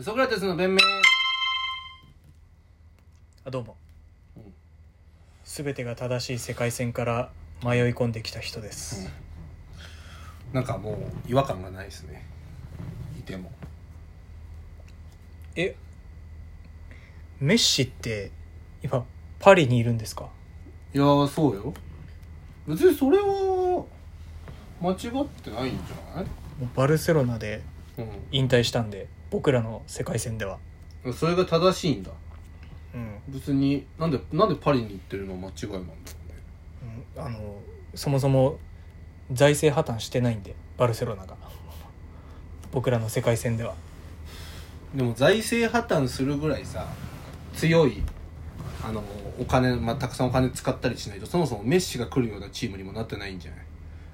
ソクラテスの弁明あどうもん全てが正しい世界線から迷い込んできた人です、なんかもう違和感がないですねいてもえメッシって今パリにいるんですかいやーそうよ別にそれは間違ってないんじゃないもうバルセロナで引退したんで僕らの世界線ではうんそれが正しいんだうん、別になんでなんでパリに行ってるの間違いなんだろうねうんあのそもそも財政破綻してないんでバルセロナが 僕らの世界線ではでも財政破綻するぐらいさ強いあのお金、まあ、たくさんお金使ったりしないとそもそもメッシが来るようなチームにもなってないんじゃない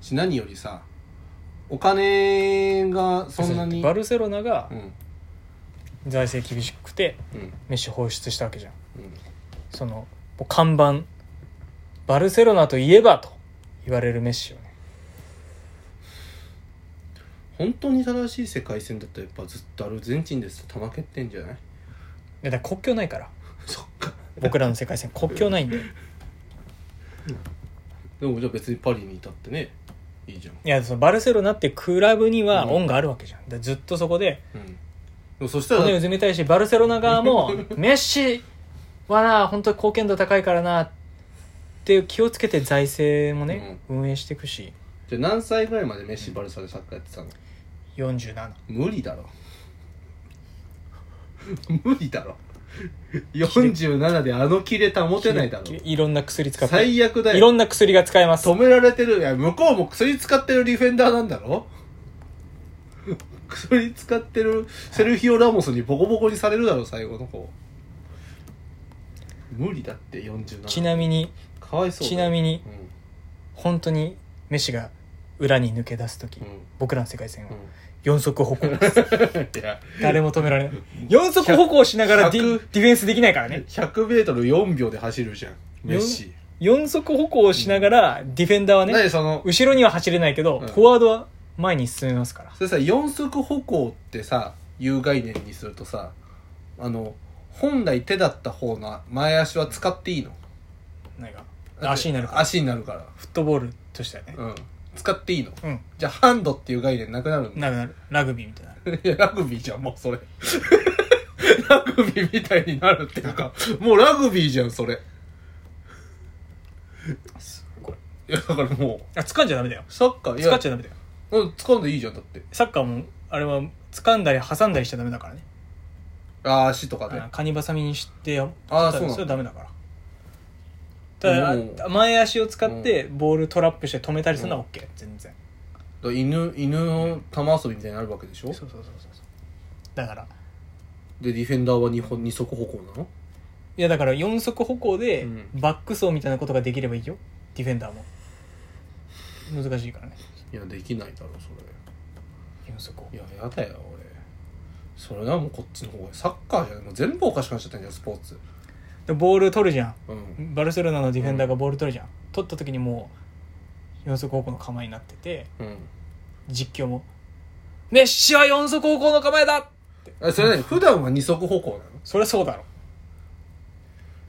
し何よりさお金がそんなにバルセロナがうん財政厳しくてうんメッシ放出したわけじゃんうんそのもう看板バルセロナといえばと言われるメッシをね本当に正しい世界線だったらやっぱずっとアルゼンチンですと玉蹴ってんじゃないいやだから国境ないからそっか僕らの世界 線国境ないんででもじゃあ別にパリにいたってねいいじゃんいやそのバルセロナってクラブには恩があるわけじゃんだからずっとそこでうんでもそしたら骨を埋めたいしバルセロナ 側もメッシはな本当に貢献度高いからなっていう気をつけて財政もね、運営していくしじゃあ何歳ぐらいまでメッシバルサでサッカーやってたの47無理だろ 無理だろ47であのキレ保てないだろいろんな薬使って最悪だいろよんな薬が使えます止められてるいや向こうも薬使ってるディフェンダーなんだろ薬使ってるセルヒオ・ラモスにボコボコにされるだろ最後の方無理だって47ちなみにかわいそうちなみにに本当にメッシが裏に抜け出す時、うんうん僕らの世界線はうん 四足歩行ですいや誰も止められない四足歩行しながらディ100ディフェンスできないからね 100m4 秒で走るじゃんメッシ四足歩行しながらディフェンダーはね何その後ろには走れないけど、うんフォワードは前に進めますからそれさ四足歩行ってさいう概念にするとさあの本来手だった方の前足は使っていいの何が足になるから足になるからフットボールとしてはねうん使っていいのうんじゃあハンドっていう概念なくなるんだなくなるラグビーみたいない やラグビーじゃんもうそれ ラグビーみたいになるっていうかもうラグビーじゃんそれすごいいやだからもうあ掴んじゃダメだよサッカーいや掴っちゃダメだようん掴んでいいじゃんだってサッカーもあれは掴んだり挟んだりしちゃダメだからねあー足とかであカニバサミにしてよあー取ったらそうなんだれはダメだからたうんだあ前足を使ってボールトラップして止めたりするのは OK、全然だから犬犬の玉遊びみたいになるわけでしょそうそうそうそうそうだからでディフェンダーは二本二足歩行なのいやだから四足歩行でうんバック走みたいなことができればいいよディフェンダーも難しいからねいやできないだろそれ四足歩行いや、やだよ、俺。それな、もうこっちの方が。サッカーじゃない。もう全部おかしくなっちゃったんじゃん、スポーツ。でボール取るじゃうん。んバルセロナのディフェンダーがボール取るじゃん、取った時にもう四足歩行の構えになっててうん。実況も「メッシは四足歩行の構えだ!あそれ何普段は二足歩行なのい」そりゃそうだろ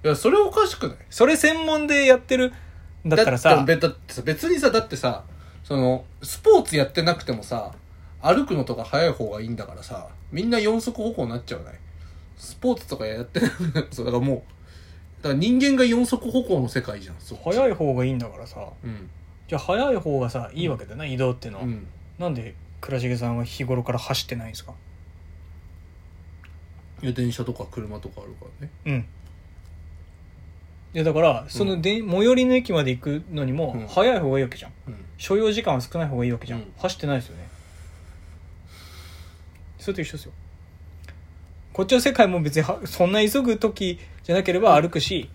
や、それおかしくないそれ専門でやってるんだったらさってべだってさ別にさ、だってさ、その、スポーツやってなくてもさ、歩くのとか速い方がいいんだからさ、みんな四足歩行になっちゃうないスポーツとかやってなくてもそう、だからもう、だから人間が四足歩行の世界じゃん、そっち速い。方がいいんだからさうん。じゃあ速い方がさいいわけだよな、移動っていうのは、うん。なんで倉重さんは日頃から走ってないんですかいや電車とか車とかあるからね。うんいやだからそので、最寄りの駅まで行くのにもうん速い方がいいわけじゃんうん。所要時間は少ない方がいいわけじゃん、うん走ってないですよねそれと一緒ですよこっちの世界も別にはそんな急ぐ時じゃなければ歩くし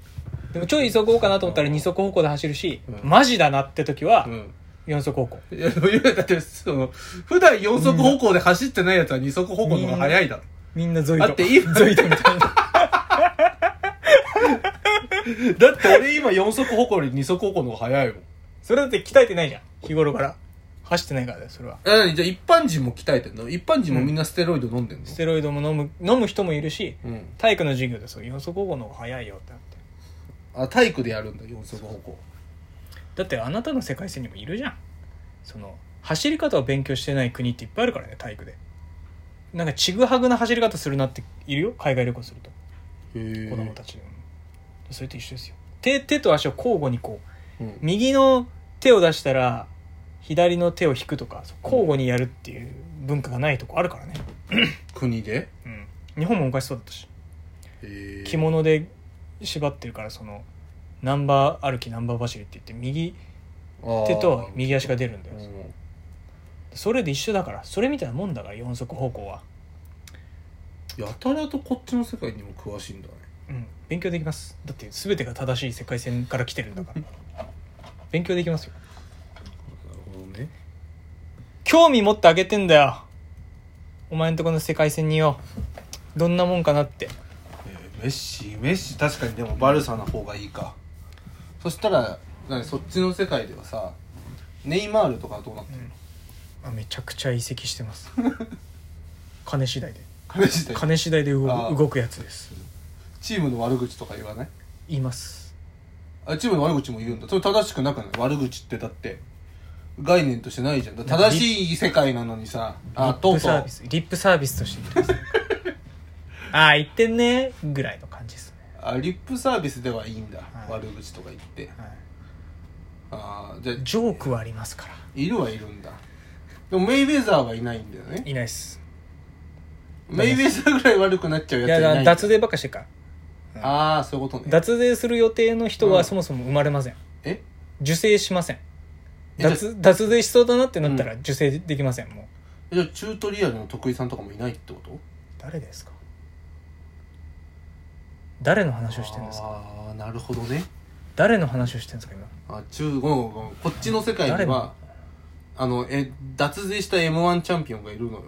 でもちょい急ごうかなと思ったら二足歩行で走るし、うんマジだなって時はうん。四足歩行いや、いやだって、その、普段四足歩行で走ってないやつは二足歩行の方が早いだろ。みんなゾイドだって今、ゾイドみたいな だって俺今四足歩行より二足歩行の方が早いもん。それだって鍛えてないじゃん日頃から走ってないからだよそれはえ何じゃあ一般人も鍛えてんの一般人もみんなステロイド飲んでんのステロイドも飲む飲む人もいるしうん体育の授業でそう四足歩行の方が早いよってなってあ体育でやるんだ四足歩行だってあなたの世界線にもいるじゃんその走り方を勉強してない国っていっぱいあるからね体育でなんかちぐはぐな走り方するなっているよ海外旅行するとへ子供たちでも、それと一緒ですよ手手と足を交互にこううん右の手を出したら左の手を引くとかそう交互にやるっていう文化がないとこあるからね、国でうん、日本も昔そうだったしへえ着物で縛ってるからそのナンバー歩きナンバー走りって言って右手と右足が出るんだようんそれで一緒だからそれみたいなもんだから四足歩行は、やたらとこっちの世界にも詳しいんだねうん、勉強できますだって全てが正しい世界線から来てるんだから勉強できますよなるほどね興味持ってあげてんだよお前んとこの世界線によどんなもんかなってえーメッシメッシ確かにでもバルサの方がいいかそしたら何そっちの世界ではさネイマールとかはどうなってるのあめちゃくちゃ移籍してます 金次第で彼自体金次第で動あーく動くやつですチームの悪口とか言わない言いますあチームの悪口も言うんだそれ正しくなくない悪口ってだって概念としてないじゃんだ正しい世界なのにさあリッとプうとサーうビスリップサービスとして言っ てますああ言ってんねぐらいの感じですね、あリップサービスではいいんだ、はい悪口とか言ってはあーじゃあい、ジョークはありますからいるはいるんだでもメイウェザーはいないんだよねいないっすメイウェザーぐらい悪くなっちゃういやつやいないだ脱税ばっかしてるからああそういうことね脱税する予定の人うはんそもそも生まれませんえ受精しませんえじゃあ脱脱税しそうだなってなったら受精できません、もうえじゃあチュートリアルの徳井さんとかもいないってこと誰ですか誰の話をしてるんですかああなるほどね誰の話をしてるんですか今あ中ごめんごめんこっちの世界に誰はのあのえ脱税した m 1チャンピオンがいるのよ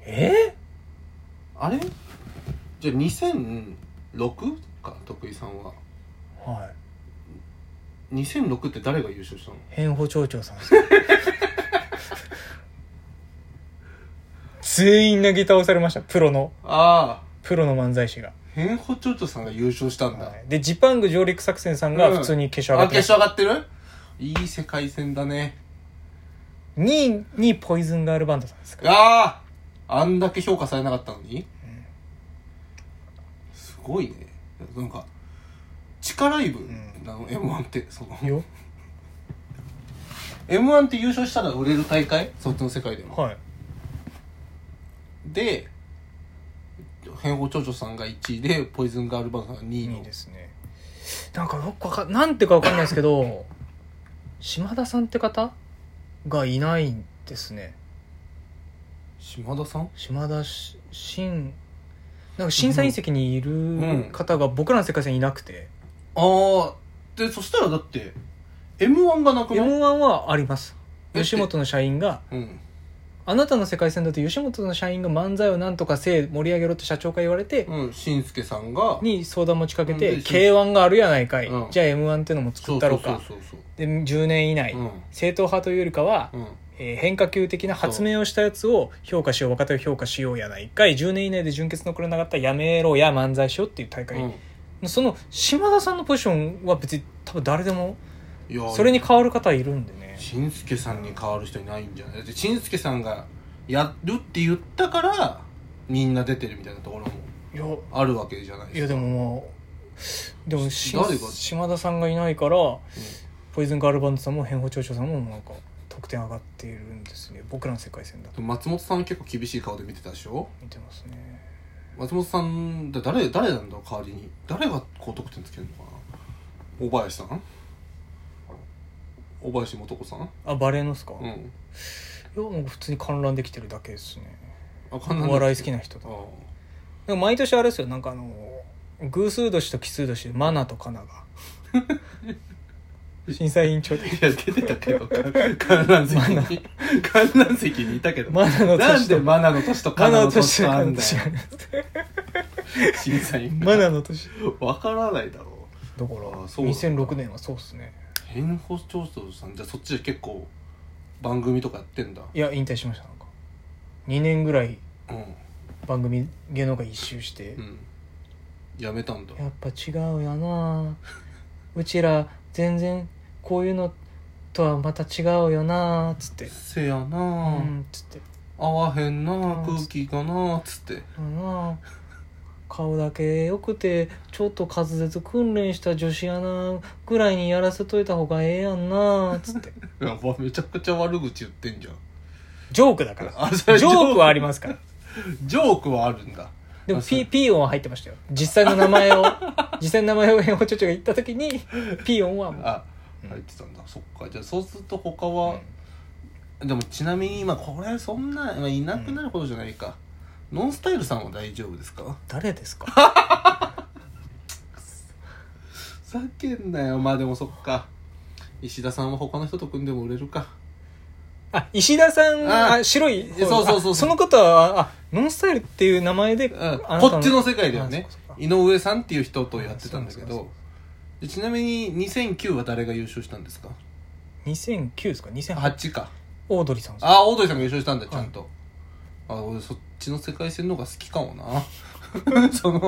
えあれじゃあ 2006? か徳井さんはー、はい2006って誰が優勝したの変保町長さんですか 全員なぎ倒されましたプロのああプロの漫才師が、変保町長さんが優勝したんだ、はいでジパング上陸作戦さんが普通に化粧上があっ化てまし粧た、上がってるいい世界線だね2位にポイズンガールバンドさんですかあああんだけ評価されなかったのに、すごいねなんか地下ライブんなの、m 1ってそのよ m 1って優勝したら売れる大会そっちの世界でもはいで変法長女さんが1位でポイズンガールバンドさんが2位のいいですねなんかよくわかんなんてかわかんないですけど島田さんって方がいないんですね島田さん島田し新なんか審査員席にいる方が僕らの世界線いなくて、ああでそしたらだって m 1がなく m ない、 1はありますえ吉本の社員がうん、あなたの世界線だと吉本の社員が漫才をなんとかせい盛り上げろって社長から言われて、うん、しんすけさんがに相談持ちかけうてんで k 1があるやないかい、うんじゃあ m 1ってのも作ったろうかそうそうそうで10年以内、そう、正統派というよりかは、うんうんえー変化球的な発明をしたやつを評価しよう若手を評価しようやないかい10年以内で純潔残れなかったらやめろや漫才しようっていう大会、うんその島田さんのポジションは別に多分誰でもいやそれに変わる方いるんでねしんすけさんに変わる人いないんじゃないだってしんすけさんがやるって言ったからみんな出てるみたいなところもいやあるわけじゃないいやですでかももうでもし誰が島田さんがいないから、ポイズンガールバンドさんも変法長長さんもなんか得点上がっているんですね僕らの世界線だとでも松本さんは結構厳しい顔で見てたでしょ見てますね松本さんだ誰誰なんだ代わりに誰が高得点つけるのかな大林さん大林素子さんあバレーのっすか、ういやんもう普通に観覧できてるだけですねあおか笑い好きなな人とああでも毎年あれですよなんかあの偶数年と奇数年でマナとカ ナが審査委員長でいや出てたけどか観覧席に観覧席にいたけどマナのなん年でとマナの年とカマナナのの年と年とあカナんのだ年よ審査員マナの年わからないだろうだからあそうなんだ2006年はそうっすね変法調査さんじゃあそっちで結構番組とかやってんだいや引退しましたなんか2年ぐらいうん番組芸能界一周して、うんやめたんだやっぱ違うやなうちら全然こういうのとはまた違うよなつってせやなうあ、んつって合わへんなあうん空気がなあつってうんな顔だけ良くてちょっと滑舌訓練した女子やなぐらいにやらせといた方がええやんなつって やばめちゃくちゃ悪口言ってんじゃんジョークだからあそれジョークはありますからジョークはあるんだでもあそう P, P 音は入ってましたよ実際の名前を 実際の名前をヘンホチョチョが言った時に P 音はもうあうん入ってたんだ、そっかじゃあそうすると他は、でもちなみに今これそんな、まあ、いなくなるほどじゃないか、ノンスタイルさんは大丈夫ですか誰ですかふざけんなよまあでもそっか石田さんは他の人と組んでも売れるかあ石田さんああ白いそうそうそうそうあその方はあノンスタイルっていう名前で、うんあなたこっちの世界ではねあそっかそっか井上さんっていう人とやってたんだけあそうどでちなみに2009は誰が優勝したんですか2009ですか2008 8かオードリーさんですああオードリーさんが優勝したんだちゃんと、あ俺そっちの世界線の方が好きかも なその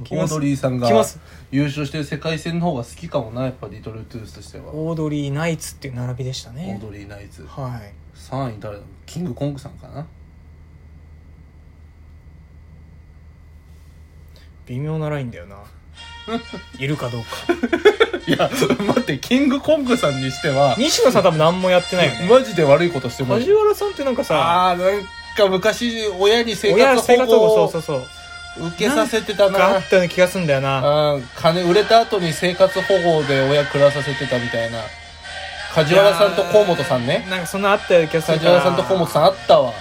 オ来まーすドリーさんが来ます優勝してる世界線の方が好きかもなやっぱリトルトゥースとしてはオオードリーナイツっていう並びでしたーねドリーナイツはい3位誰だキングコングさんかな微妙なラインだ よないるかどうかいや待ってキングコングさんにしては西野さん多分何もやってないよねマジで悪いことしても梶原さんってなんかさああなんか昔親に生親活生保活保護護をそうそうそう受けさせてたがあなったような気がすんだよなあー金売れた後に生活保護で親暮らさせてたみたいな梶原さんと河本さんねなんかそんなあったような気がする梶から原さんと河本さんあったわ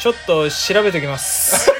ちょっと調べておきます